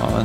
Ja,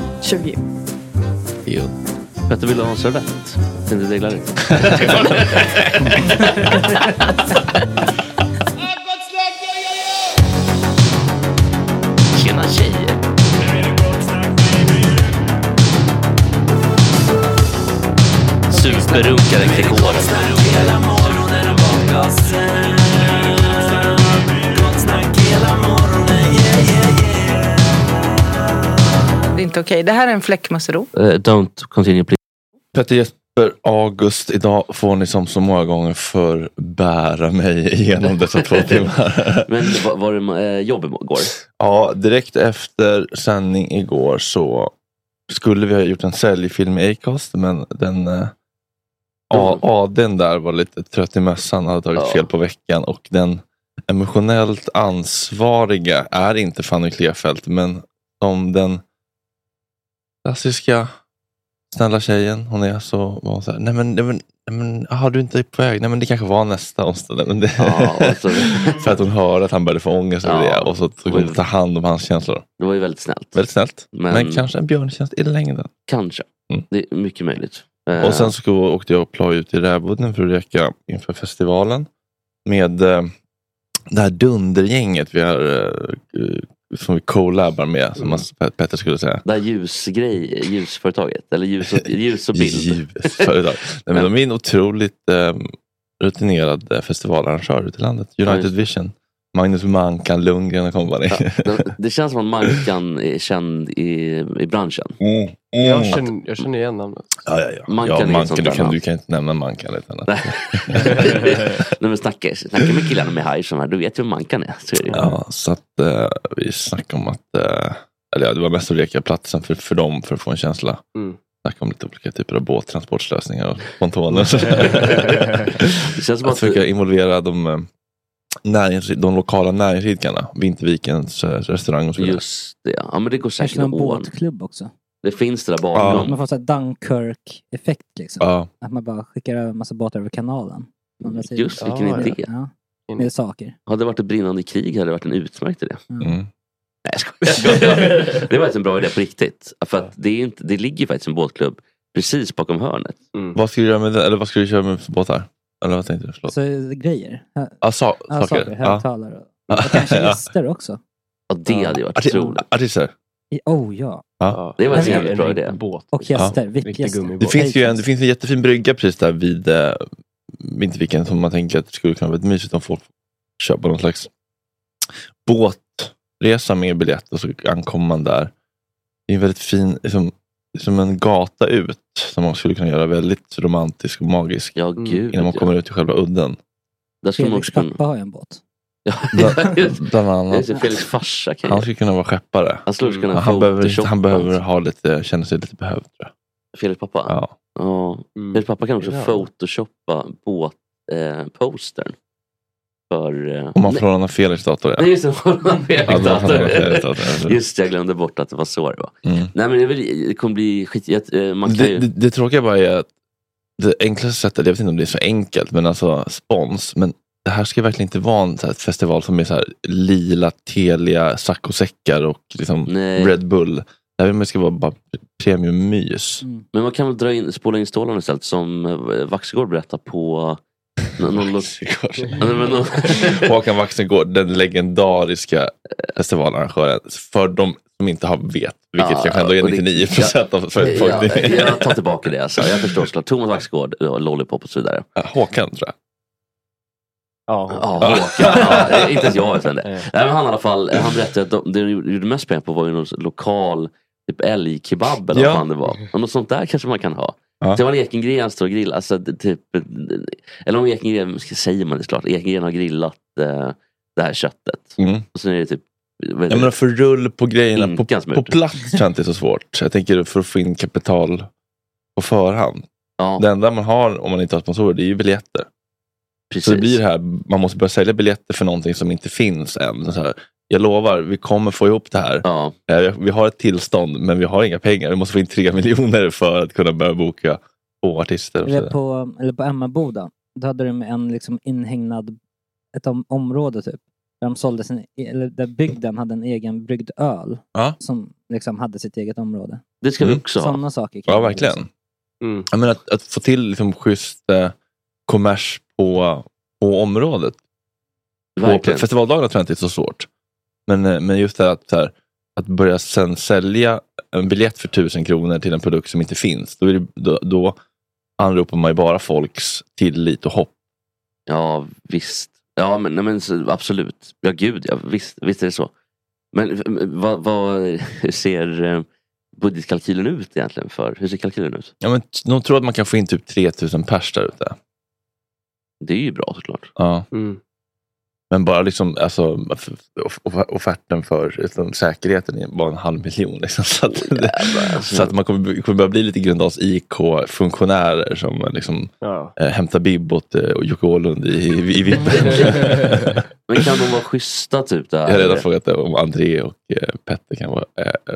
20. Jo. Petter, vill du ha en servett? Inte deglar ut. Tjena tjejer! Superrunkaren Gregoren. Det är inte okej. Det här är en fläckmussero. Uh, don't continue please. Petter Jesper August, idag får ni som så många gånger förr bära mig igenom dessa två timmar. Men var, var det eh, jobb igår? Ja, direkt efter sändning igår så skulle vi ha gjort en säljfilm i Acast, men den eh, A- ADn där var lite trött i mössan, hade tagit Ja. fel på veckan och den emotionellt ansvariga är inte Fanny Klefelt, men som den klassiska snälla tjejen. Hon är så, var hon så här, nej men, nej men, nej men aha, du är inte på väg. Nej men det kanske var nästa onsdag. Nej, men det, Ja, alltså, för att hon hörde att han började få ångest över Ja. det och så tog hon ta hand om hans känslor. det var ju väldigt snällt. Väldigt snällt. Men, Men- kanske en björntjänst i längden. Kanske. Mm. Det är mycket möjligt. Eh, Och sen så åkte jag och Ploy ut i Rävudden för att reka inför festivalen med eh, det här dundergänget vi har, eh, eh, som vi collabar med, som Mm. Pet- Petter skulle säga. det här ljusgrej, ljusföretaget. Eller ljus och, ljus och bild. Ljusföretag. Nej, men de är en otroligt eh, rutinerad eh, festivalarrangör ute i landet. Ja, United just. Vision. Magnus Mankan, Lundgren och kompani. Ja, det, det känns som att Mankan är känd i, i branschen. Mm, mm. Jag känner, jag känner igen namnet. ja, ja, ja. Mankan är ja, ett Mankan, sånt du, där kan, namn. du kan inte nämna Mankan utan att... Nej. Nej men snacka, snacka med killarna med Hive som här, du vet ju hur Mankan är. Så är det ju. Ja, så att eh, vi snackade om att, eh, eller ja, det var mest att leka platsen för, för dem för att få en känsla. Mm. Snackade om lite olika typer av båttransportlösningar och pontoner. och sådär. Det känns som att att, försöka involvera de, eh, närings, de lokala näringsidkarna, Vintervikens eh, restaurang och så vidare. just det. Ja men det går säkert Kanske någon att ordna. båtklubb också. Det finns det där Ja. bakom. Man får såhär Dunkirk-effekt liksom. Ja, Att man bara skickar över en massa båtar över kanalen. på andra sidan. Just vilken Ja, ja. idé. Ja, med saker. Hade det varit ett brinnande krig hade det varit en utmärkt idé. mm. Nej, jag skojar. jag skojar. Det var faktiskt en bra idé på riktigt. För att det, är inte, det ligger faktiskt en båtklubb precis bakom hörnet. Mm. Vad ska du göra med det? Eller vad ska du köra med för båtar? Eller vad tänkte du? Förlåt. Så eh, grejer. Ja, Ah, sa, ja, saker. saker. Ja. Högtalare. och- Och kanske Ja. gäster också. Och det Ja. hade ju varit Arti- otroligt. Artister. I, oh ja. Ja. Det var en En- jävligt bra en idé. riktig Båt. Och gäster. Riktig Viktgäster. gummibåt. Det finns ju en, det finns en jättefin brygga precis där vid eh, Vinterviken som man tänker att det skulle kunna vara ett mysigt om folk köper någon slags båtresa med biljett och så ankommer man där. Det är en väldigt fin, liksom, som en gata ut som man skulle kunna göra väldigt romantisk och magisk Ja, Mm. gud. innan man ja. kommer ut till själva udden. Där skulle man Felix också kunna... pappa har ju en båt. Ja, Bland, just- bland annat. just det, Felix farsa kan Han ju... skulle kunna vara skeppare. Han skulle också kunna Han behöver, inte- photoshoppa han behöver ha lite, känna sig lite behövd. Tror jag. Felix pappa? Ja. Ja. Mm. Felix pappa kan också Ja. photoshoppa båtpostern. Eh, postern. för... Eh... Om man får låna Felix dator. Nej, just det. Ja, Felix då får man låna Felix dator. dator. Just det, jag glömde bort att det var så det var. Mm. Nej men det, är väl- det kommer bli skit... jag- eh, Man kan Det, det, ju... det tråkiga bara är att det enklaste sättet, jag vet inte om det är så enkelt, men alltså spons. Men det här ska verkligen inte vara en så här festival som är så här lila Telia saccosäckar och liksom Nej. Red Bull. Det här ska vara bara premiummys. Mm. Men man kan väl dra in, spola in stålarna istället som eh, Vaxegård berättade på... Nå- någon lo- Ja, nej, men någon- Håkan Waxengård, den legendariska festivalarrangören. För de som inte har vet, vilket Ja, kanske ändå är och det- 99 procent av Ja, befolkningen. jag tar tillbaka det. Alltså. Jag förstår såklart. Thomas Vaxegård, ja, Lollipop och så vidare. Håkan tror jag. Ja, Håkan. Ja, inte ens jag vet vem det är. Nej, men Han i alla fall, eh, han berättade att de, det de gjorde mest pengar på var ju någon lokal typ älgkebab eller Ja. vad fan det var. Och något sånt där kanske man kan ha. Ja. Sen var det Ekengren står och grillar. Alltså, det- typ, eller om Ekengren, ska- säger man det klart, Ekengren har grillat eh, det här köttet. Mm. Och sen är det typ vad Jag heter menar det? för rull på grejerna på, Inkan som är på ute. plats känns det så svårt. Jag tänker för att få in kapital på förhand. ja, Det enda man har om man inte har sponsorer det är ju biljetter. precis. Så det blir det här, man måste börja sälja biljetter för någonting som inte finns än. Så här, jag lovar, vi kommer få ihop det här. Ja, Eh, Vi har ett tillstånd men vi har inga pengar. Vi måste få in tre miljoner för att kunna börja boka två artister. Och så Eller vidare. på, eller på Emmaboda. Då hade de en liksom inhägnad, ett om, område typ. Där de sålde sin, e- eller där bygden hade en egen bryggd öl. Ja. Som liksom hade sitt eget område. det ska vi Mm. också ha. Sådana saker. kan Ja, man verkligen. liksom- Mm. Jag menar, att, att få till liksom, schysst eh, kommers på, på området. På Verkligen. festivaldagarna tror jag inte det är så svårt. Men, eh, men just det här att, så här, att börja sen sälja en biljett för tusen kronor till en produkt som inte finns. Då, är det, då, då anropar man ju bara folks tillit och hopp. Ja, visst. Ja, men, nej, men så, absolut. Ja, gud ja. Visst, visst är det så. Men f- m- vad, vad, hur ser eh, budgetkalkylen ut egentligen? för? Hur ser kalkylen ut? Ja, men, t- de tror att man kan få in typ 3000 pers där ute. Det är ju bra såklart. Ja. Mm. Men bara liksom, alltså, f- f- off- offerten för liksom, säkerheten är bara en halv miljon. Liksom, så att, alltså- Så att man kommer, kommer börja bli lite Gröndals IK-funktionärer som liksom, Ja. eh, hämtar Bibb åt eh, och Jocke Åhlund i, i, i vippen. Men kan de vara schyssta typ? Där? Jag har redan frågat om André och eh, Petter kan vara eh, eh,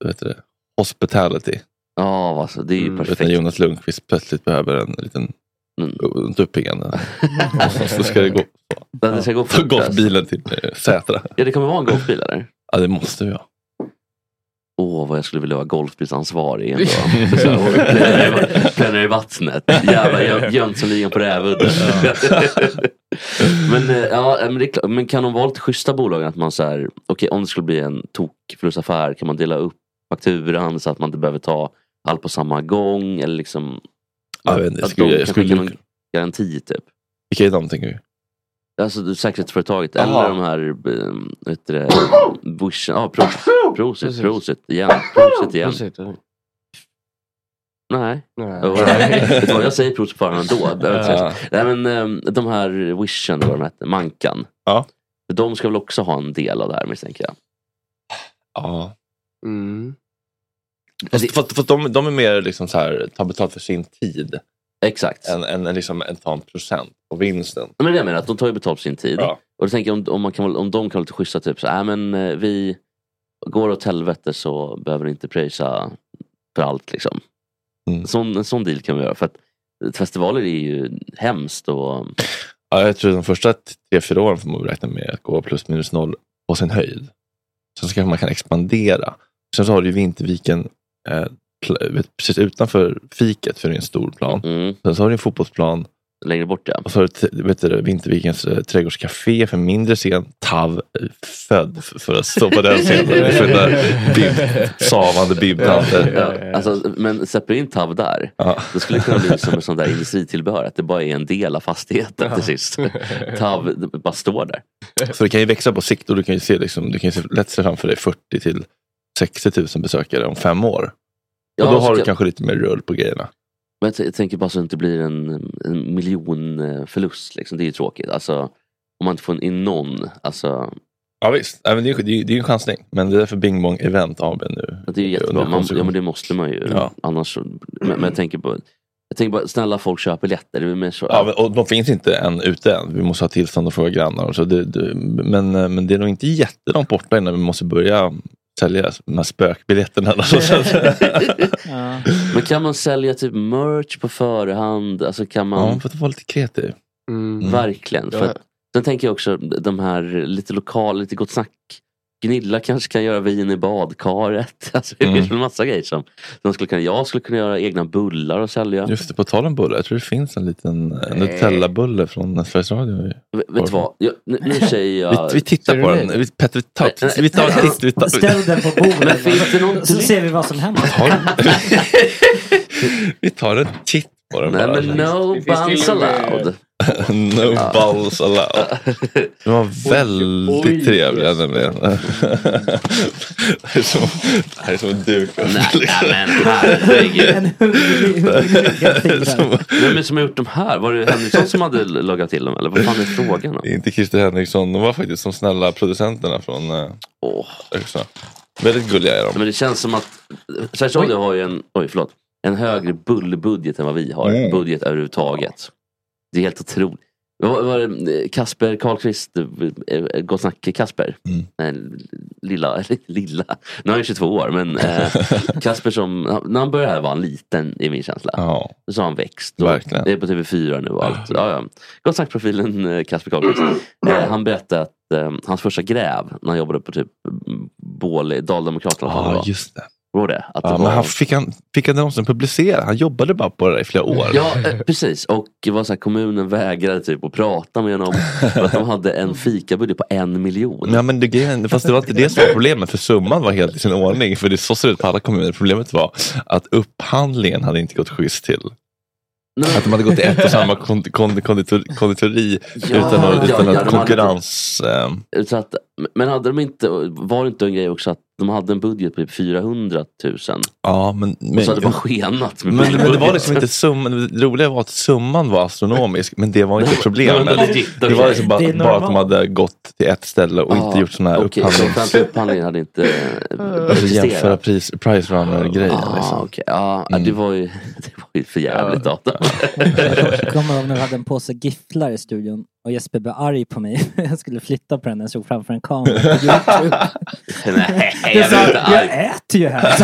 vad heter det, hospitality. Ja, alltså, det är ju Mm. perfekt. Vet när Jonas Lundqvist plötsligt behöver en liten mm. uppiggande. Och så ska det gå. Ja, det ska gå så fort, går alltså. bilen till eh, Sätra. Ja, det kommer vara en golfbil där. Ja, det måste vi ha. Åh, vad jag skulle vilja vara golfbilsansvarig ändå. Så så här, och Plänner i va- plänner i vattnet. Jävla Jö- Jönssonligan på Rävudden. men, eh, ja, men, det är klart, men kan de vara lite schyssta bolagen? Att man så här, okej om det skulle bli en tokförlustaffär kan man dela upp fakturan så att man inte behöver ta allt på samma gång? Eller liksom, Jag vet inte, jag att skulle- de jag kan skulle- skicka någon garanti typ. Vilka är de tänker du? Alltså det- säkerhetsföretaget Aha. eller de här, eh, vad heter det, bushen, ja prosit, prosit, prosit igen, prosit igen. Prosit, ja. Nej. Nej. Vad var det? Vet du vad, jag säger prosit på förhand ändå. Jag behöver inte säga Ja. så. Nej men ehm, de här wishen, eller vad de hette, mankan. Ja. De ska väl också ha en del av det här misstänker jag. Ja. Mm. Fast, fast, fast de, de är mer liksom så här, tar betalt för sin tid. Exakt. Än, än, än liksom en ta en procent på vinsten. Men det är det jag menar, att de tar ju betalt för sin tid. Ja. Och då tänker jag om, om, man kan, vara- om de kan vara lite schyssta, typ så här, "Nej, men eh, vi går åt helvete så behöver ni inte pröjsa för allt. Liksom. Mm. Sån, en sån deal kan vi göra. För att festivaler är ju hemskt. Och, Ja, jag tror de första t- tre, fyra åren får man räkna med att gå plus minus noll på sin höjd. Sen så kanske man kan expandera. Sen så har du ju Vinterviken eh, pl- vet, precis utanför fiket, för det är en stor plan. Sen så har du en fotbollsplan. mm, Längre bort ja. Och så har du t- vet du, det, Vintervikens eh, trädgårdscafé för en mindre scen. Tav eh, född f- för att stå på den scenen. för den där bib- savande bibbtanten. Ja, alltså, men släpper in TAV där, det skulle kunna bli som en sån där industritillbehör, att det bara är en del av fastigheten till sist. TAV det bara står där. Så det kan ju växa på sikt och du kan ju se, liksom, du kan ju se lätt se framför dig 40 till 60 000 besökare om fem år. Ja, och då så har du kan- kanske lite mer rull på grejerna. Men jag, t- jag tänker bara så att det inte blir en, en miljonförlust. Liksom. Det är ju tråkigt. Alltså, om man inte får en in någon. Alltså, Ja visst, Även det är ju det är, det är en chansning. Men det är därför Bing Bong Event AB nu. det är ju jättebra. under Man, konstruktion. ja, men det måste man ju. Ja. Annars, så- men, men jag tänker på jag tänker bara, snälla folk köp biljetter. Det är väl mer så, Ja, men, och de finns inte än ute än. Vi måste ha tillstånd och fråga grannar. Och så. Det, det, men, eh, men det är nog inte jättelångt borta innan vi måste börja sälja de här spökbiljetterna. eller så. Men kan man sälja typ merch på förhand? Alltså kan man... Ja, för att vara lite kreativ. Mm. Verkligen. För Ja. att, sen tänker jag också de här lite lokala, lite gott snack. Gnilla kanske kan göra vin i badkaret. Alltså, det Mm. finns väl massa grejer som de skulle kunna, jag skulle kunna göra egna bullar och sälja. Just det, på tal om bullar. Jag tror det finns en liten eh, Nutella-bulle från Sveriges Radio. V- Vet du vad, jag, nu, nu säger jag... Vi, vi tittar på den. Vi, Petter, vi tar, vi tar, vi tar, vi tar. Ställ den på bordet. Alltså, Men finns det någon så dryck? ser vi vad som händer. Vi tar en titt på den Nej bara. men no Det finns buns till och med- allowed. no balls allowed. Det var väldigt Oj. trevliga nämligen. det här är som, det här är som liksom. en duk. Nej, nej, men herregud. Som- Vem är det som har gjort de här? Var det Henriksson som hade lagat till dem eller vad fan är frågan om? Det är inte Christer Henriksson. De var faktiskt som snälla producenterna från eh, Öxnö. Väldigt gulliga är de. Men det känns som att Sveriges Radio har ju en, oj, förlåt, en högre bullbudget än vad vi har. Mm. Budget överhuvudtaget. Det är helt otroligt. Vad var det, eh, Kasper Karlqvist, eh, eh, Gott Snack Kasper. Eh, Lilla, eller lilla, nu är han ju 22 år men eh, Kasper som, han- när han började här var han liten i min känsla. Så har han växt. Och Verkligen. Det är på TV4 nu och allt. Ja, ja. Gott Snack-profilen eh, Kasper Karlqvist. Eh, han berättade att eh, hans första gräv när han jobbade på typ mm, Båle, Daldemokraterna. eller vad Ja, det var. Ah, just det. Var det? Att det Ja, var... men han fick, han, fick han det någonsin publicera? Han jobbade bara på det där i flera år. Ja, eh, precis. Och det var så här, kommunen vägrade typ att prata med honom. För att de hade en fikabudget på en miljon. Ja, men det, grejen- fast det var inte det som var problemet, för summan var helt i sin ordning. För det så ser det ut på alla kommuner. Problemet var att upphandlingen hade inte gått schysst till. Att de hade gått till ett och samma kon- kon- konditor- konditori utan, att- ja, utan ja, de att hade- konkurrens... ehm, Så att, men hade de inte, var det inte en grej också att de hade en budget på typ 400 000? Ja, men, och men, så hade det bara skenat. med men, men det var budgeten. liksom inte summan, det roliga var att summan var astronomisk, men det var inte problemet. det var legit, okej. Det var liksom Det är bara, bara att de normalt. hade gått till ett ställe och inte Ja, gjort sådana här okej, så upphandlings... offentlig upphandling hade inte eh, Alltså jämföra existerat? pris, price runner-grejer. Ah, liksom. okej. Ja, det var ju det var skit för jävligt data. Jag kommer ihåg när vi hade en påse gifflar i studion och Jesper blev arg på mig. Jag skulle flytta på den när jag stod framför en kamera på YouTube. Nej, Det jag sa, blir inte arg. jag äter ju här.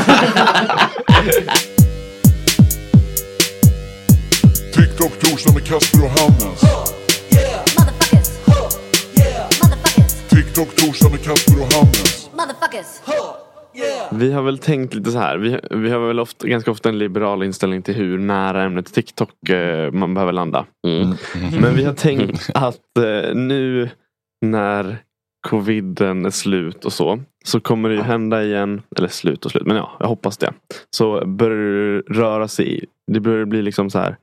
TikTok torsdag med Kasper och Hannes. TikTok torsdag med Kasper och Hannes. Motherfuckers. Vi har väl tänkt lite så här. Vi, vi har väl ofta, ganska ofta en liberal inställning till hur nära ämnet TikTok eh, man behöver landa. Men vi har tänkt att eh, nu när coviden är slut och så. Så kommer det ju hända igen. Eller slut och slut. Men ja, jag hoppas det. Så börjar det röra sig. Det börjar bli liksom så här.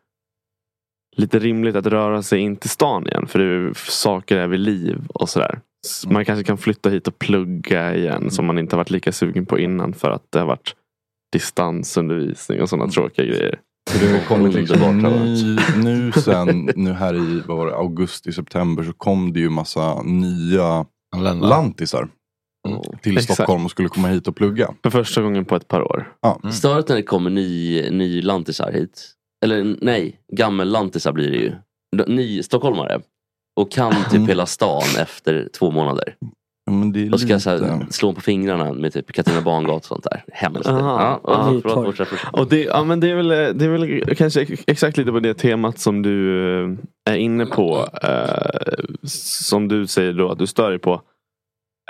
Lite rimligt att röra sig in till stan igen. För det är, saker är vid liv och sådär. S- Man kanske kan flytta hit och plugga igen. Som man inte har varit lika sugen på innan. För att det har varit distansundervisning och Mm. sådana tråkiga grejer. Det har kommit liksom Underbart, Robert. ny, nu sen, nu här i vad var det, augusti, september så kom det ju massa nya lantisar. Till Mm. Exakt. Stockholm och skulle komma hit och plugga. För första gången på ett par år. Ja. Stör att när det kommer ny, ny lantisar hit. Eller nej, gammel lantisar blir det ju. De- Ny stockholmare. Och kan typ hela stan efter två månader. och ska så här, slå på fingrarna med typ Katarina Barngata och sånt där. Hemskt. Aha. Ja, ja, Ja. förlåt, fortsätt, fortsätt. Och det, ja, men det, är väl, det är väl kanske ex- exakt lite på det temat som du eh, är inne på. Eh, som du säger då att du stör dig på.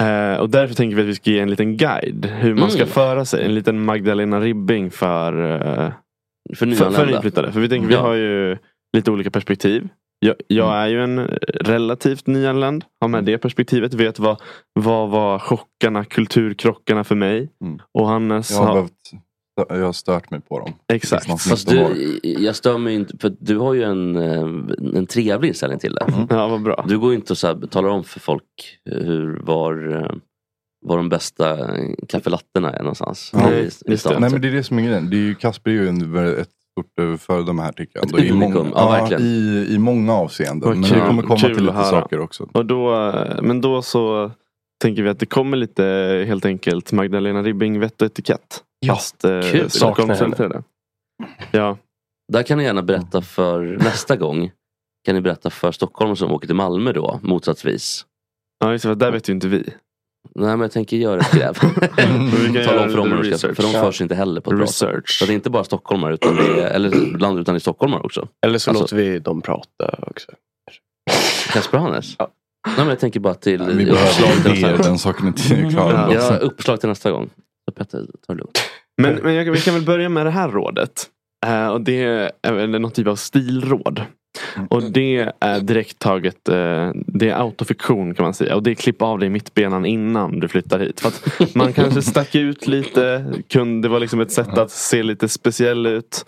Eh, och därför tänker vi att vi ska ge en liten guide. Hur man ska Mm. föra sig. En liten Magdalena Ribbing för, eh, För för, nyanlända. för nyinflyttade. För vi tänker vi Ja. har ju lite olika perspektiv. Jag, jag är ju en relativt nyanländ. Har med det perspektivet. Vet vad, vad var chockarna, kulturkrockarna för mig. Och Hannes Jag har, har- behövt, jag har stört mig på dem. Det finns någon som Fast inte har. du, jag stör mig inte, för du har ju en, eh, en trevlig inställning till det. Mm. Ja, vad bra. Du går ju inte och så här, talar om för folk hur, var, eh, var de bästa kaffelatterna är någonstans. Ja, I- i stan, Nej typ. men det är det som är grejen. liksom Det är ju, Kasper är ju en, ett stort eh, föredöme här tycker jag. Ett Då I unikum. många, Ja, verkligen. i, I många avseenden. Vad men kul- vi kommer komma kul till att lite höra. saker också. Och då, men då så tänker vi att det kommer lite helt enkelt Magdalena Ribbing, vett och etikett. Ja, Fast eh, kul. det Saknar kom sen henne. till det. Ja. Där kan ni gärna berätta för nästa gång. Kan ni berätta för Stockholm som åker till Malmö då, motsatsvis. Ja just det, där vet ju inte vi. Nej men jag tänker göra ett gräv. Vi Tala kan göra om för dem lite hur de ska, research. för de Ja. förs inte heller på ett bra sätt. Så det är inte bara stockholmare, utan det är, eller ibland utan det är stockholmare också. Eller så Alltså- låter vi dem prata också. Kasper och Hannes? Nej men jag tänker bara till vi jag har behöver uppslag till idéer, nästa gång. den saken är inte klar. Ja, Jag har uppslag till nästa gång. Så Petter, ta det lugnt. Alltså- Men, men jag, vi kan väl börja med det här rådet. Eh, och det är väl någon typ av stilråd. Och Mm. det är direkt taget, eh, det är autofiktion kan man säga. Och det är klipp av dig mittbenan innan du flyttar hit. För att man kanske stack ut lite. Kunde, det var liksom ett Mm. sätt att se lite speciell ut.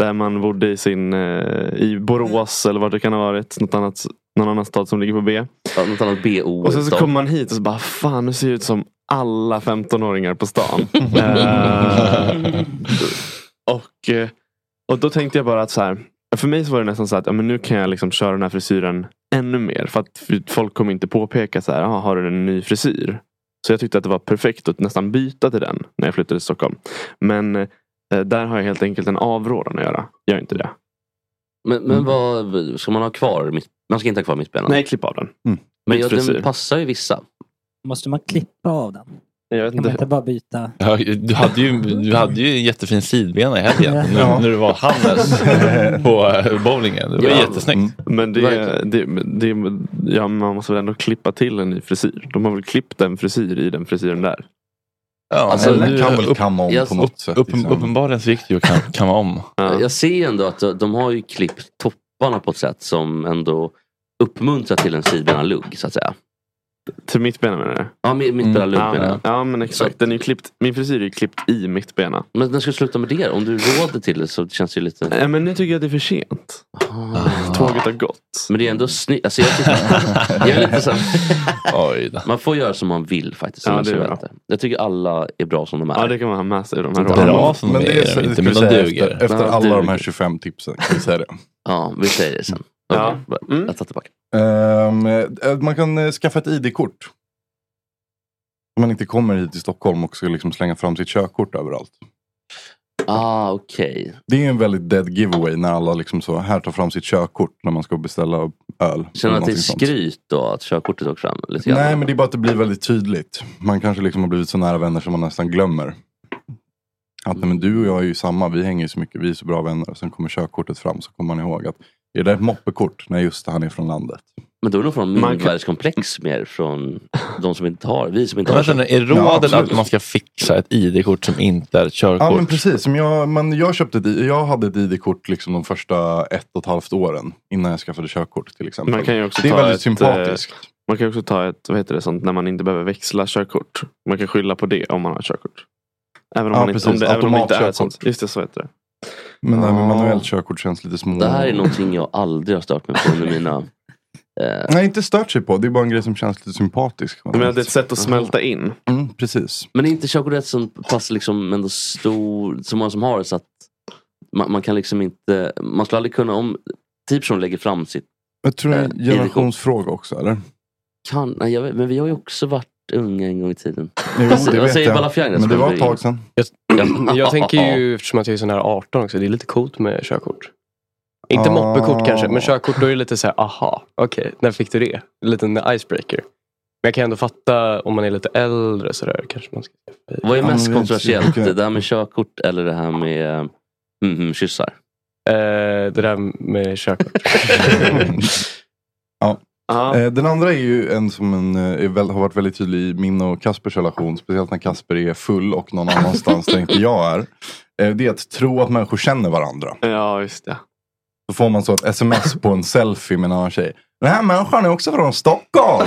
Där man bodde i, sin, eh, i Borås Mm. eller vad det kan ha varit. Något annat, någon annan stad som ligger på B. Ja, något annat BO. Och sen så stad. kommer man hit och så bara, fan nu ser jag ut som alla 15-åringar på stan. Eh, och, eh, och då tänkte jag bara att så här, för mig så var det nästan så att ja, men nu kan jag liksom köra den här frisyren ännu mer. För att folk kommer inte påpeka så här, "Jaha, har du en ny frisyr? Så jag tyckte att det var perfekt att nästan byta till den när jag flyttade till Stockholm. Men eh, där har jag helt enkelt en avrådan att göra. Gör inte det. Mm. Men, men vad, ska man ha kvar mitt, man ska inte ha kvar mittbenan? Nej, klipp av den. Men Mitt ja, frisyr. den passar ju vissa. Måste man klippa av den? Jag vet Kan man inte bara byta? Ja, du, hade ju, du hade ju en jättefin sidbena i helgen. Ja. När, när du var Hannes på eh, bowlingen. Det var Ja. Mm. jättesnyggt. Men det, det, det, ja, man måste väl ändå klippa till en ny frisyr. De har väl klippt en frisyr i den frisyren där. eller Alltså, kan väl kamma om på något sätt, liksom. Uppenbarligen så gick det ju att kam- kamma om. Jag ser ju ändå att de- de har ju klippt topparna på ett sätt som ändå uppmuntrar till en sidbena-lugg så att säga. Till mittbena menar du? Ja, mi- mittbena lugg menar ja, jag. ja men exakt. Den är ju klippt, min frisyr är ju klippt i mittbena. Men när ska du sluta med det? Om du råder till det så känns det ju lite... Ah. Nej men nu tycker jag att det är för sent. Tåget har gått. Men det är ändå snyggt. Alltså, jag, tycker- jag är lite så här- Man får göra som man vill faktiskt. Ja, som man det är ser bra. ut. jag tycker alla är bra som de är. Ja det kan man ha med sig. De här Bra råden. som de Men det är är, så- Ska vi säga Efter, efter alla de här 25 tipsen. Kan vi säga det? Ja, vi säger det sen. Ja. Jag tar tillbaka. Ehm, eh, man kan eh, skaffa ett ID-kort. Om man inte kommer hit till Stockholm och ska liksom slänga fram sitt körkort överallt. Ah, okej. Det är en väldigt dead giveaway när alla liksom så här tar fram sitt körkort när man ska beställa öl. Känner du att det är Någonting sånt. skryt då att körkortet åk fram? Lite grann? Nej men det är bara att det blir väldigt tydligt. Man kanske liksom har blivit så nära vänner som man nästan glömmer. Att nej, men du och jag är ju samma, vi hänger ju så mycket, vi är så bra vänner. Sen kommer körkortet fram så kommer man ihåg att är det där ett moppekort? Nej just det, han är från landet. Men då är det nog från Man kan- mindervärdeskomplex mer från de som inte har, vi som inte Men har. vänta nu, är körkort. rådet att man ska fixa ett ID-kort som inte är ett körkort? Ja men precis, som jag, men jag, köpte ett, i- jag hade ett ID-kort liksom de första ett och ett halvt åren innan jag skaffade körkort till exempel. Man kan ju också det är ta väldigt ett, sympatiskt. eh, Man kan ju också ta ett, vad heter det, sånt när man inte behöver växla körkort. Man kan skylla på det om man har körkort. Även om, Ja, man, inte, om, precis. det, även om det inte är ett Automatkörkort. sånt. Just det, så heter det. Men det här med Ja. manuellt körkort känns lite små. Det här är någonting jag aldrig har stört mig på under mina... Eh, Nej inte stört sig på, det är bara en grej som känns lite sympatisk. Du menar att det är ett sätt att smälta in? Mm, precis. Men är inte körkortet som pass liksom ändå stor, så många som har det så att man, man kan liksom inte, man skulle aldrig kunna om, typ som lägger fram sitt Jag tror det är en Eh, generationsfråga också eller? Kan, nej, jag vet, men vi har ju också varit unga en gång i tiden. Jo, Vad det säger- vet Vad säger jag. Balafiangas? Men det var ett tag sedan. Ja. Jag, jag tänker ju, eftersom att jag är så nära 18 också, det är lite coolt med körkort. Inte Ah. moppekort kanske, men körkort då är det lite så här, aha, okej, när fick du det? En liten icebreaker. Men jag kan ändå fatta om man är lite äldre sådär kanske man ska Vad är Ja, men mest vi- kontroversiellt? okej. Det där med körkort eller det här med eh, mhm, kyssar? Eh, det där med körkort. Ja. Eh, Den andra är ju en som en, eh, är väl, har varit väldigt tydlig i min och Kaspers relation. Speciellt när Kasper är full och någon annanstans där inte jag är. Eh, Det är att tro att människor känner varandra. Ja, just det. Då får man så ett sms på en selfie med en annan tjej. Den här människan är också från Stockholm.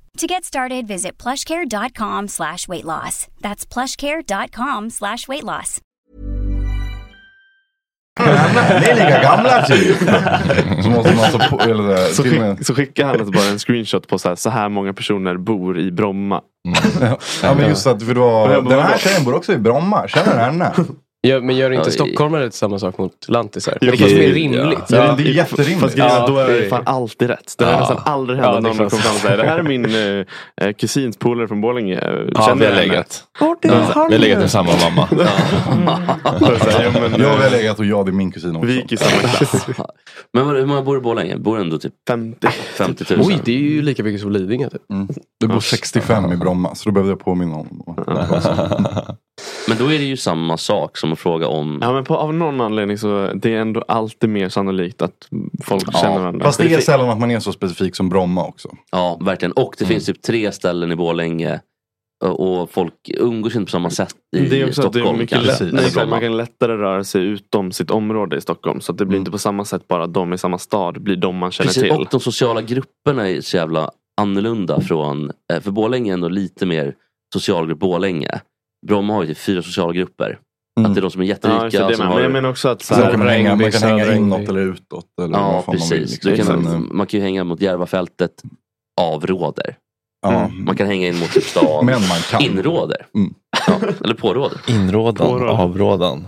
To get started, visit plushcare.com slash weight loss. That's plushcare.com slash weight loss. Ni är lika gamla typ. Så måste man så på, eller där, Så, till och med- skick, så skickar han alltså bara en screenshot på så här, så här många personer bor i Bromma. Ja men just att för då, den här tjejen bor också i Bromma. Känner henne. Ja, men gör inte Oj. stockholmare lite samma sak mot lantisar? Jo, Det kanske är det- rimligt. ja. Ja, det är jätterimligt. Fast grejen är att då är det fan alltid rätt. Det har nästan aldrig hänt att någon har kommit fram och säger det här är min eh, eh, kusins polare från Borlänge. eh, Ja, Känner vi jag har henne?" legat. Ja, vi har legat med samma mamma. Jag har väl legat och jag det är min kusin också. Vi gick i samma klass. Men vad- hur många bor i Borlänge? Bor ändå typ 50, 50 000? Oj, det är ju lika mycket som Lidingö typ. Det bor 65 i Bromma så då behövde jag påminna honom. om det. Men då är det ju samma sak som att fråga om... Ja men på, av någon anledning så det är ändå alltid mer sannolikt att folk känner varandra. Fast det är fin- sällan att man är så specifik som Bromma också. Ja, verkligen. Och Mm. det finns typ tre ställen i Borlänge och och folk umgås inte på samma sätt i det är också att det är Stockholm. mycket kanske. lätt, nej, Eller man Bromma. kan lättare röra sig utom sitt område i Stockholm. Så att det blir inte på samma sätt bara att de i samma stad blir de man känner Mm. Precis, till. och de sociala grupperna är så jävla annorlunda från, eh, för Borlänge är ändå lite mer socialgrupp Borlänge. Bromma har ju typ fyra sociala grupper. Mm. Att det är de som är Ja, jätterika. just det, det som med. har... Men jag menar också att så Så här- kan man hänga, man kan hänga Södra- inåt eller utåt. Eller ja, vad fan man vill. precis. liksom. Du kan, Men, eh, man mm. kan ju hänga mot Järvafältet avråder. Ja. Mm. Man kan hänga in mot typ stan Men man kan. inråder. Eller påråd. Inrådan, Påråd. avrådan.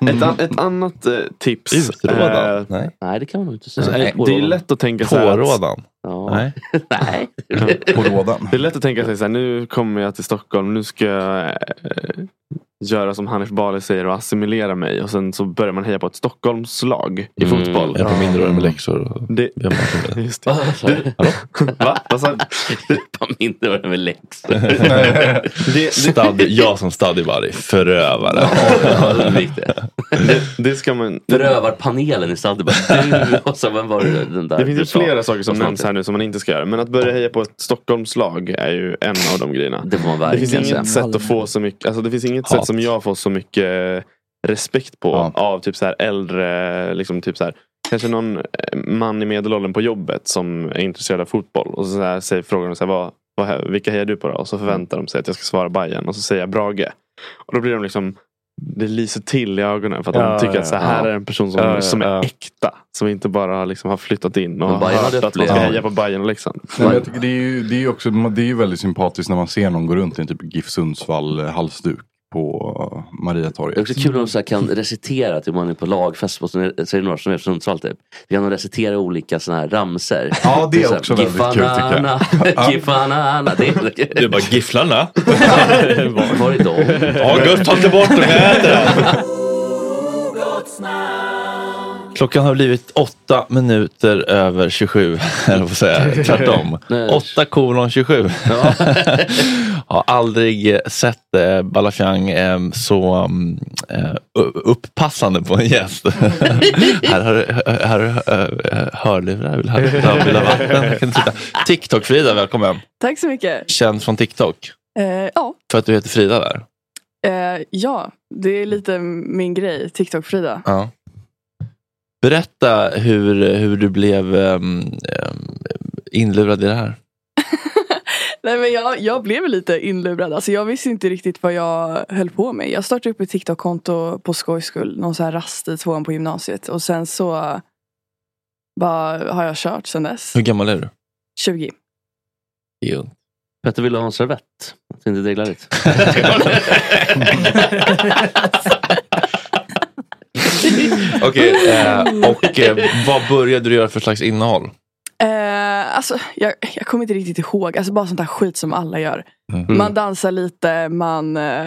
Mm. Ett, an- ett annat eh, tips. Utrådan? eh, Nej. det kan man nog inte Nej, säga. det är lätt att tänka så här. Pårådan? Nej. Nej. Pårådan. Det är lätt att tänka sig så här, nu kommer jag till Stockholm, nu ska jag eh, göra som Hanif Bali säger och assimilera mig. Och sen så börjar man heja på ett Stockholmslag i Mm, fotboll. Jag var mindre med läxor. Det... Just det. Du- Va? Vad sa du? Vad mindre var det med läxor. Stad, jag som stadiebarg, förövare. Ja, det är viktigt. Det, det ska man... Förövarpanelen i Stadberg. Du, och så, vem var det, den där Det finns ju du sa? flera saker som Något nämns här nu som man inte ska göra. Men att börja heja på ett Stockholmslag är ju en av de grejerna. Det, finns verkligen inget säga. sätt att få så mycket, alltså det finns inget Hat. sätt som jag får så mycket respekt på av typ så här äldre, liksom typ så här, kanske någon eh, man i medelåldern på jobbet som är intresserad av fotboll. Och så, här säger frågan, så här, vad, vad, he- vilka hejar du på då? Och så Mm. förväntar de sig att jag ska svara Bayern och så säger jag Brage. Och då blir de liksom det lyser till i ögonen för att Ja, de tycker ja, att så här ja. är en person som, Ja, ja, som är ja. äkta. Som inte bara liksom har flyttat in och Men har Bayern hört hade att man ska upplevt- heja på Bayern liksom? och Leksand. Nej, men jag tycker det är ju det är ju också, det är ju väldigt sympatiskt när man ser någon gå runt i en typ GIF Sundsvall halsduk på eh, Mariatorget. Det är också kul om de så här kan recitera typ, om man är på lagfest och så är så är det några som är från Sundsvall typ. Då kan de recitera olika sådana här ramsor. Ja, det är så här, också väldigt kul, tycker jag. "Giffanana, Ja. Giffanana. Det är... Du bara, gifflarna? var, var är de? August, ta inte bort dem, jag äter dem. Klockan har blivit åtta minuter över 27. Eller vad får jag säga, tvärtom. Nej. Åtta kolon 27. Ja. har aldrig eh, sett eh, Balafiang eh, så mm, eh, u- upppassande på en gäst. här har du här, har du, eh, eh, hörlurar, vill ha, vill ha, vill ha vatten? Jag kan inte sitta. TikTok-Frida, välkommen. Tack så mycket. Känd från TikTok. Eh, ja, För att du heter Frida där. eh, ja, det är lite min grej, TikTok-Frida. Ja. Berätta hur, hur du blev ehm, ehm, inlurad i det här. Nej, men jag, jag blev lite inlurad. Alltså, jag visste inte riktigt vad jag höll på med. Jag startade upp ett TikTok-konto på skojs skull. Någon så här rast i tvåan på gymnasiet. Och sen så eh, bara har jag kört sen dess. Hur gammal är du? 20. Jo. Petter ville ha en servett. Så att det inte dreglar lite. Okej, eh, och eh, vad började du göra för slags innehåll? Eh, alltså, jag, jag kommer inte riktigt ihåg. Alltså, bara sånt där skit som alla gör. Mm. Man dansar lite, man eh,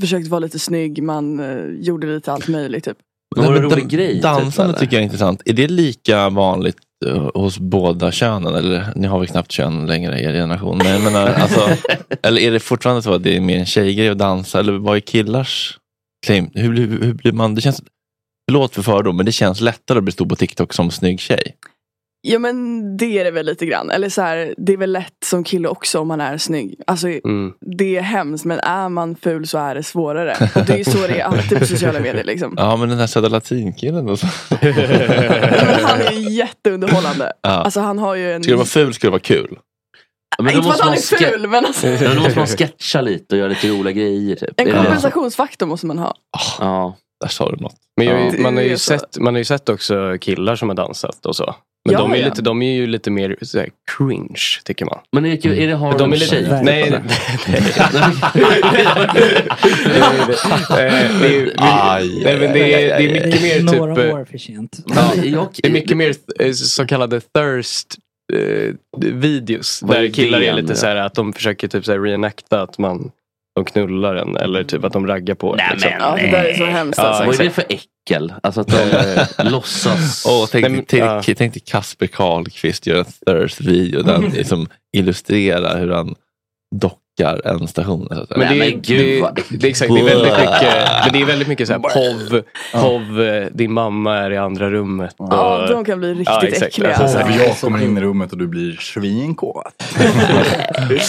försökte vara lite snygg, man eh, gjorde lite allt möjligt. Typ. var det men en rolig grej, typ, Dansande eller? tycker jag är intressant. Är det lika vanligt eh, hos båda könen? Eller ni har väl knappt kön längre i er generation. Men jag menar, alltså, eller är det fortfarande så att det är mer en tjejgrej att dansa? Eller vad är killars claim? Hur, blir- hur blir man? Det känns, förlåt för fördom, men det känns lättare att bli stor på TikTok som snygg tjej. Ja men det är det väl lite grann. Eller så här, det är väl lätt som kille också om man är snygg. Alltså, Det är hemskt men är man ful så är det svårare. Och det är ju så det är alltid på sociala medier. Liksom. Ja, men den här Södra Latin-killen. och så. Men han är ju jätteunderhållande. Ja. Alltså han har ju en... Skulle det vara ful skulle det vara kul. Nej, inte för att han är ful men alltså. Men då måste man sketcha lite och göra lite roliga grejer. Typ. En Är det- kompensationsfaktor måste man ha. Ja. Där sa du något. Men jag, Ja. man, har Det är ju så. sett, man har ju sett också killar som har dansat och så. Men Ja, de, är ja. Lite, de är ju lite mer så här, cringe, tycker man. Men är det, är det Harlem de är lite, Shake? Nej, nej. nej. Eh, det är- Aj, nej, men det är- det är mycket mer typ... Några eh, år för sent. Ja, det är mycket mer eh, så kallade thirst eh, videos. Vad är där killar är idén lite då? så här att de försöker typ så här reenacta att man de knullar en eller typ att de raggar på en, Nej, liksom. men Ja, det där är så nej. hemskt, alltså. liksom. Vad är det för äckel? Alltså att de, eh, låtsas- Åh, tänk, Nej, men- tänk, ja. tänk dig Kasper Karlqvist göra en Thirst-video där han liksom illustrerar hur han dockar en station. eller så. Men det, är, det, är- det, är exakt, det är väldigt mycket, men det är väldigt mycket så här POV, POV, eh, din mamma är i andra rummet. Ja, de kan bli riktigt äckliga. Alltså, Och exakt. jag kommer in i rummet och du blir svinkåt.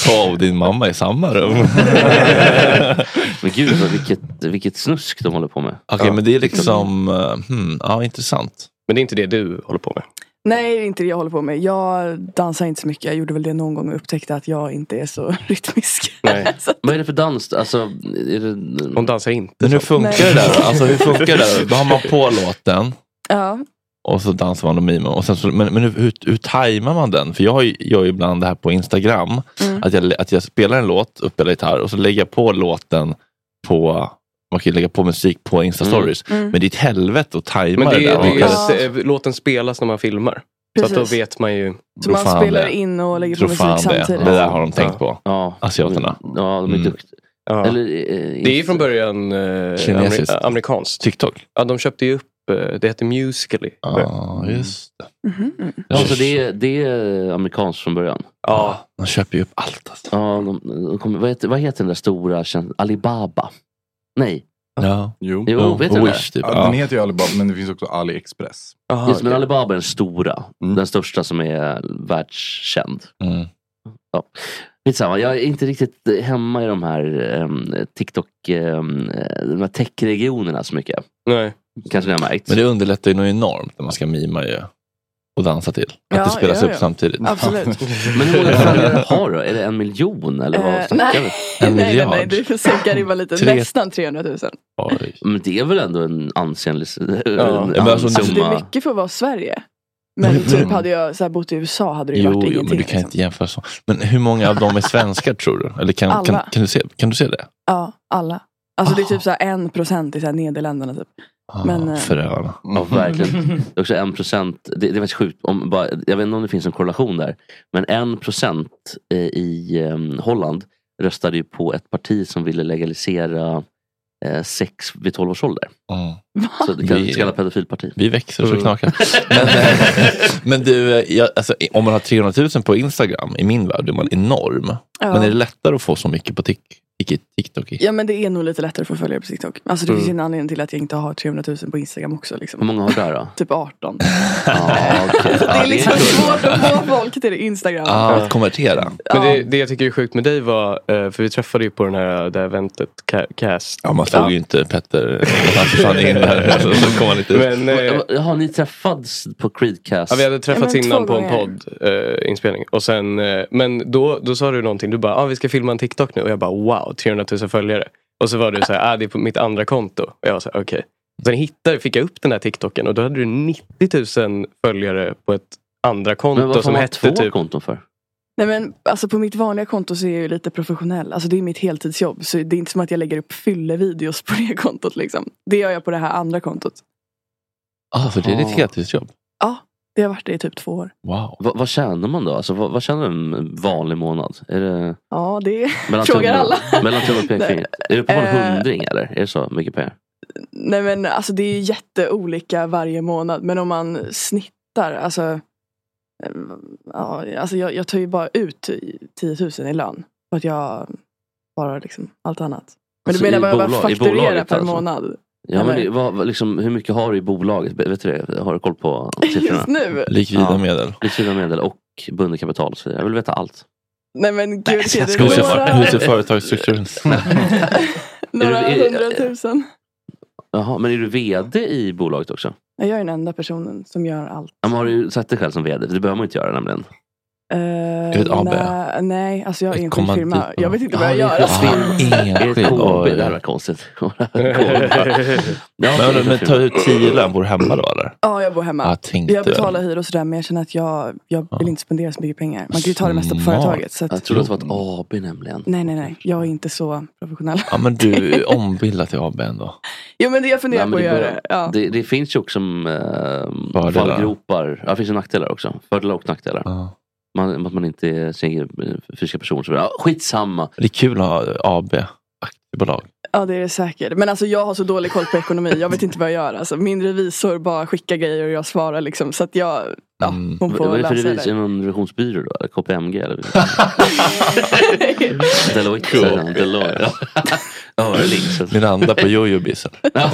Åh, din mamma i samma rum. Men gud, vad- vilket, vilket snusk de håller på med. Okej, men det är liksom, eh, hmm, ja intressant. Men det är inte det du håller på med? Nej, det är inte det jag håller på med. Jag dansar inte så mycket. Jag gjorde väl det någon gång och upptäckte att jag inte är så rytmisk. Nej. Vad är det för dans? Alltså, är det... Hon dansar inte. Men hur funkar Nej. det där? Alltså, hur funkar det där? Då har man på låten. Ja. Mm. Och så dansar man och mimar. Och sen så, men men hur, hur, hur tajmar man den? För jag har ju- gör ju ibland det här på Instagram. Mm. Att, jag, att jag spelar en låt, uppspelar gitarr och så lägger jag på låten på man kan ju lägga på musik på Insta-stories. Mm. Mm. Men det är ett helvete att tajma Men det, det, där. är- det, Man kan- är- eh, låten spelas när man filmar. Så att Precis. då vet man ju. Så man spelar in och lägger på Tror musik fan det. samtidigt. Det där har de tänkt Ja. på. Ja. Asiaterna. Ja, de är duktiga. Eller, eh, det är ju från början eh, ameri- Kinesiskt. eh, amerikanskt. TikTok? Ja, de köpte ju upp, eh, det hette Musical.ly. Ja, just Mhm. Ja, så det, är- det är amerikanskt från början? Ja. De köper ju upp allt. Alltså. Ja, de, de kommer, vad, heter, vad heter den där stora tjänsten? Alibaba? Nej. Ja. Oh, Jo, Jo, vet du det? typ. ja, den heter ju Alibaba men det finns också AliExpress. Ah, Just, men Alibaba är den stora. Mm. Den största som är världskänd. Mm. Ja. Skitsamma, jag är inte riktigt hemma i de här ehm, TikTok, um, de här techregionerna så mycket. Nej. Kanske ni har märkt. Men det underlättar ju nog enormt när man ska mima ju. Och dansa till. Att Ja, det spelas ja, upp ja. samtidigt. Absolut. Men hur många följare har du? Är det en miljon eller vad Eh, snackar nej. vi? nej, nej, nej, du får sänka ribban lite. Tre- Nästan 300 000. Men det är väl ändå en ansenlig s- en men alltså, summa. Alltså det är mycket för att vara Sverige. Men typ hade jag så här, bott i USA hade det ju Mm. Jo, varit jo, ingenting. liksom. men du kan inte jämföra så. Men hur många av dem är svenskar tror du? Eller kan, kan, Alla. kan, du, se, kan du se det? Ja, alla. Alltså Ah. det är typ så här 1 procent i så här Nederländerna typ. Men, eh, Förövarna. Ja, verkligen. Det är också en procent. Det, det är faktiskt sjukt. Om, bara, jag vet inte om det finns en korrelation där. Men en procent eh, i ehm, Holland röstade ju på ett parti som ville legalisera eh, sex vid 12 års ålder. Mm. Så det kallas Vi- det kallas pedofilparti. Vi växer så Mm. knakar. Men, eh, men du, eh, jag, alltså, i- om man har 300 000 på Instagram, i min värld, är man enorm. Ja. Men är det lättare att få så mycket på Tik- Tik- TikTok? Ja men det är nog lite lättare att få följare på TikTok. Alltså det Mm. finns ju en anledning till att jag inte har 300 000 på Instagram också. Liksom. Hur många har du där då? Typ 18. Ja, okej. Det är liksom det är svårt att få folk till Instagram. Ah, att konvertera. Men det, det jag tycker är sjukt med dig var, eh, för vi träffade ju på den här, det här eventet, Ca- Cast. Ja, man såg ju inte Petter Andersson in där. Så, så kom han lite ut. Men, eh, Har ni träffats på Creedcast? Ja, vi hade träffats Ja, men innan två på en gånger. podd, eh, inspelning. Och sen, eh, men då, då sa du någonting, du bara, ah, vi ska filma en TikTok nu. Och jag bara, wow, 300 000 följare. Och så var du så här, ah, det är på mitt andra konto. Och jag var så här, okej. Sen hittade, fick jag upp den här TikToken och då hade du 90 000 följare på ett andra Men konto varför som har man hette två typ... konton för? Nej men alltså på mitt vanliga konto så är jag ju lite professionell. Alltså det är mitt heltidsjobb. Så det är inte som att jag lägger upp fyllevideos på det kontot liksom. Det gör jag på det här andra kontot. Ah, för det är ditt Ah. heltidsjobb. Ja, det har varit det i typ två år. Wow. Vad, vad tjänar man då? Alltså, vad, vad tjänar en vanlig månad? Är det... Ja, det Mellan frågar tummen- alla. Mellan tummen och pekfingret. Är det på en Eh, hundring eller? Är det så mycket pengar? Nej men alltså det är ju jätteolika varje månad. Men om man snittar, alltså. eh, Ja, alltså jag, jag tar ju bara ut i 10 000 i lön. För att jag sparar liksom allt annat. Men Alltså, du menar i vad jag bolag- i bara fakturerar bolaget per alltså? månad? Ja, men Eller? det- vad, vad- liksom, hur mycket har du i bolaget? Be- Vet du det? Har du koll på siffrorna? Just nu? Likvida medel. Likvida medel och bundet kapital. Så jag vill veta allt. Nej men gud, ser du Hur ser, några- för- hur ser företagsstrukturen Några Är du- är- hundratusen. Jaha, men är du vd i bolaget också? Jag är den enda personen som gör allt. Ja, men har du satt dig själv som vd? Det behöver man inte göra nämligen. Eh, det ett AB? Nej, nej, alltså jag är enskild kommandit- firma. Jag vet inte vad Ja, jag det gör. Alltså, är enskild. Ingen Är det ett skillnad. KB? Oj. Det här var konstigt. men, men, men tar du ut 10 lön? Bor du hemma då eller? Ja, jag bor hemma. Jag tänkte jag betalar väl. hyra och sådär men jag känner att jag, jag vill inte spendera så mycket pengar. Man kan ju ta det mesta på Smart. företaget. Så att, Jag trodde att det var ett AB nämligen. Nej, nej, nej. Jag är inte så professionell. Ja men du är ombildad till AB ändå. jo, men det jag funderar på att Nej, men göra. det, Ja. det, det finns ju också äh, Fördelar. fallgropar. Ja, det finns ju nackdelar också. Fördelar och nackdelar. Man, att man inte är sin egen fysiska person. Så, ja, skitsamma. Det är kul att ha AB, aktiebolag. ja, det är det säkert. Men alltså jag har så dålig koll på ekonomi. Jag vet inte vad jag gör. Alltså, min revisor bara skickar grejer och jag svarar liksom. Så att jag... Mm. hon får Vad är det för läsa revis? det. Är det någon revisionsbyrå då? Eller KPMG? Eller? Deloitte säger han. Deloitte. Ja, Öhrlings. Min andra på jojobisen. ja,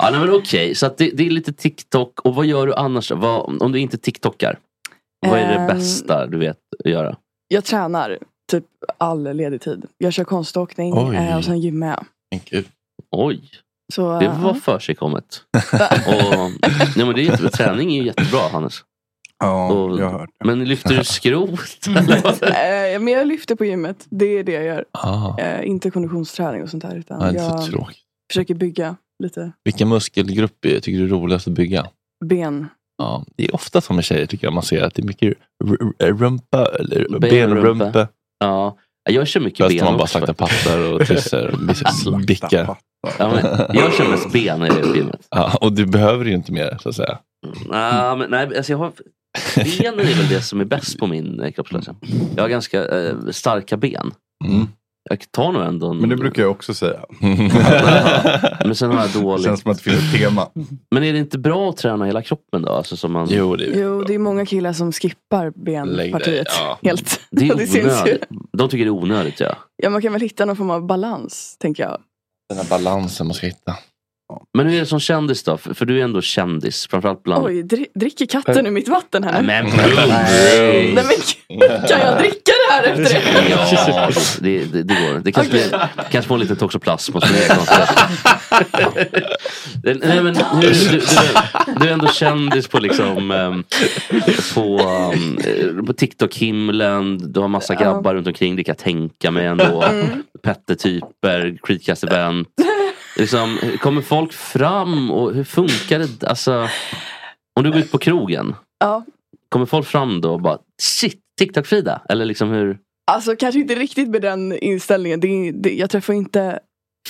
nej, men okej, så att det, det är lite TikTok. Och vad gör du annars? då? Vad, om du inte TikTokar, vad är det Ehm. bästa du vet att göra? Jag tränar typ all ledig tid. Jag kör konståkning Oj. eh, och sen gymmar jag. Oj, Så, det eh, var försigkommet. och, nej, men det är jättebra. Träning är ju jättebra, Hannes. Ja, och, jag har hört. Men lyfter du skrot? Eh, men jag lyfter på gymmet. Det är det jag gör. Ah. Eh, inte konditionsträning och sånt där. Utan Nej, det är jag så tråkigt. försöker bygga lite Vilka muskelgrupper tycker du är roligast att bygga? ben. Ja, det är ofta som med tjejer tycker jag man ser att det är mycket r- r- rumpa eller Benrumpa. benrumpa. Ja, jag kör mycket Bäst ben om man bara också. slaktar pattar och liksom trissor. bis- Bickar. Ja, men jag kör mest ben i gymmet. Ja, och du behöver ju inte mer så att säga. Nej, Mm. men, nej, alltså jag har, benen är väl det som är bäst på min eh, kroppslösa. Jag har ganska eh, starka ben. Jag tar nog ändå en... Mm. Men det brukar jag också säga. Men sen har jag dåligt... Känns som att det finns ett tema. Men är det inte bra att träna hela kroppen då? Alltså som man... Jo, Jo, det är många killar som skippar benpartiet helt. Det är Och syns ju. onödigt. De tycker det är onödigt ja. Ja, man kan väl hitta någon form av balans, tänker jag. Den här balansen man ska hitta. Men hur är det som kändis då? För, för du är ändå kändis. Framförallt bland... Oj, dri- dricker katten ur mitt vatten här? men Nej, men kan jag dricka det här efter det? Ja, det, det, det går. Det kanske, Okej. blir, kanske får en liten toxoplasma. Så det är konstigt. Det- Nej, men hur, du, du, du är ändå kändis på liksom ehm, på, ehm, eh, på TikTok-himlen. Du har massa grabbar runt omkring det kan jag tänka mig ändå. Mm. Pettertyper, Creedcast-event. Liksom, kommer folk fram och hur funkar det? Alltså, om du går ut på krogen. Ja, Kommer folk fram då och bara shit, TikTok-Frida? Eller liksom hur? alltså kanske inte riktigt med den inställningen. Det är, det, jag träffar inte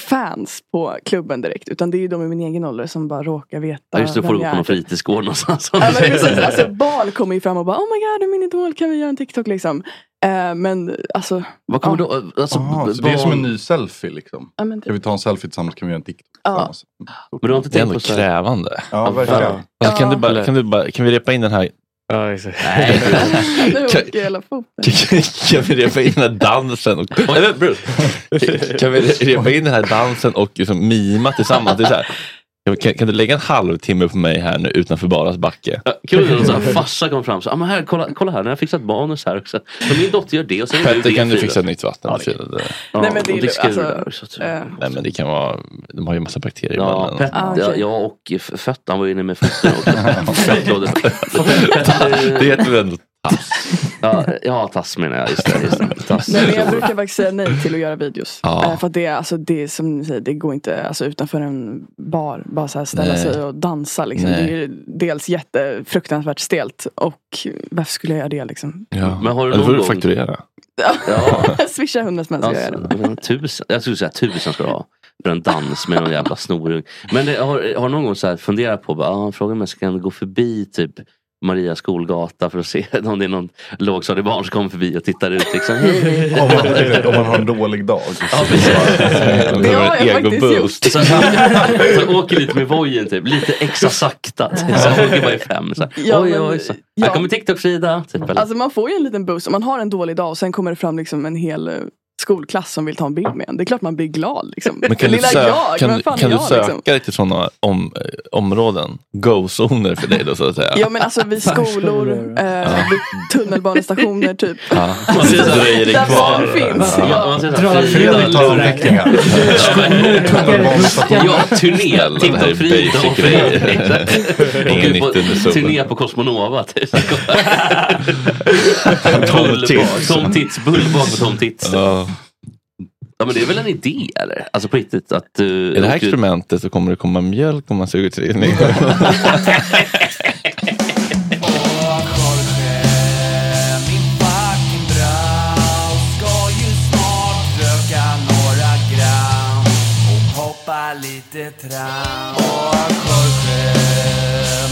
fans på klubben direkt. Utan det är ju de i min egen ålder som bara råkar veta Ja, just det, då får vem du jag är. typ. gå på någon fritidsgård någonstans. Ja, men precis, alltså, barn kommer ju fram och bara Oh my god, du är min idol, kan vi göra en TikTok liksom? Eh, men alltså, Vad kommer då? Alltså, Aha, Ah, så det är barn- som en ny selfie liksom. ja, men, Ska vi ta en selfie tillsammans kan vi göra en TikTok. ja. Men du har inte Det är tänkt ändå på så här- krävande. Ja, verkligen. Alltså, kan, du bara, Ja. kan, du bara, kan vi repa in den här? Nej. nu Kan- åker hela foten. Kan- kan vi repa in den här dansen? Och, Nej, men Bruce, kan- kan vi re- repa in den här dansen och liksom mima tillsammans? Det är så här, kan- kan, kan du lägga en halvtimme på mig här nu utanför Baras backe? Kul när någon sån här farsa kom fram och sa, "Ah, men här, kolla, kolla här, nu har jag fixat manus här också. Men min dotter gör det och sen gör Petter, det, kan du Frida." fixa ett nytt vatten? Ja, Ja, Nej, men det är- och det skurar alltså, eh. Nej, men det kan vara, de har ju massa bakterier Ja, ibland. Petter, Ah, men- ja, ja, och f- fötterna han var ju inne med fötterna också. Fettlådor. Det heter väl ändå tass? Ja, ja tass menar jag. Just det, just det. Tass. Nej, men jag brukar faktiskt säga nej till att göra videos. Ja. Eh, För att det, är- alltså, det är som ni säger, det går inte alltså, utanför en bar. Bara så här ställa Nej. sig och dansa. Liksom. Det Nej. är ju dels jättefruktansvärt stelt och varför skulle jag göra det liksom? Men har du Eller någon får du gång- fakturera. Swisha hundra spänn så gör jag det. Alltså, tusen, jag skulle säga tusen ska du ha. För en dans med någon jävla snorung. Men det, har, har någon gång så här funderat på, bara, ah, fråga om jag ska gå förbi typ Maria skolgata för att se om det är någon lågstadiebarn som kommer förbi och tittar ut. Liksom, hej, hej. om, man, du vet, om man har en dålig dag. Ja, precis. Det har jag faktiskt egoboost. gjort. Så, så, så åker lite med vojen typ, lite extra sakta. Typ. Så åker man i fem. Så, här, Ja, oj, men- oj, så. Här kommer TikTok-Frida. Typ, eller? Alltså man får ju en liten boost. Om man har en dålig dag och sen kommer det fram liksom en hel eh, skolklass som vill ta en bild med en. Det är klart man blir glad. Liksom. Men kan Lilla du söka, jag, kan, vem fan kan är du jag, söka liksom? lite sådana om, eh, områden? Go-zoner för dig då så att säga? Ja men alltså vid skolor, eh, vid tunnelbanestationer typ. Ja. Man ser så här, dröjer dig Där kvar. barn finns, Ja. ja. Man ser Dra så här, Frida Fredrik tar Lundgren. Ja, turné. Det här är TikTok-Frida och basic grejer. Fredrik. Ingen Och nytt under ut på solen. Turné på Cosmonova. typ. Bull bak- Tom Tits. Bull bak på Tom Tits. Ja. Ja, men det är väl en idé eller? Alltså på riktigt. Att, uh, I det här experimentet så kommer det komma mjölk om man suger trilling. Lite tram Och Jorge,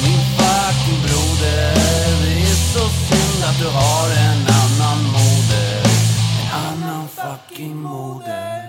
min fucking broder Det är så synd att du har en annan moder En annan fucking moder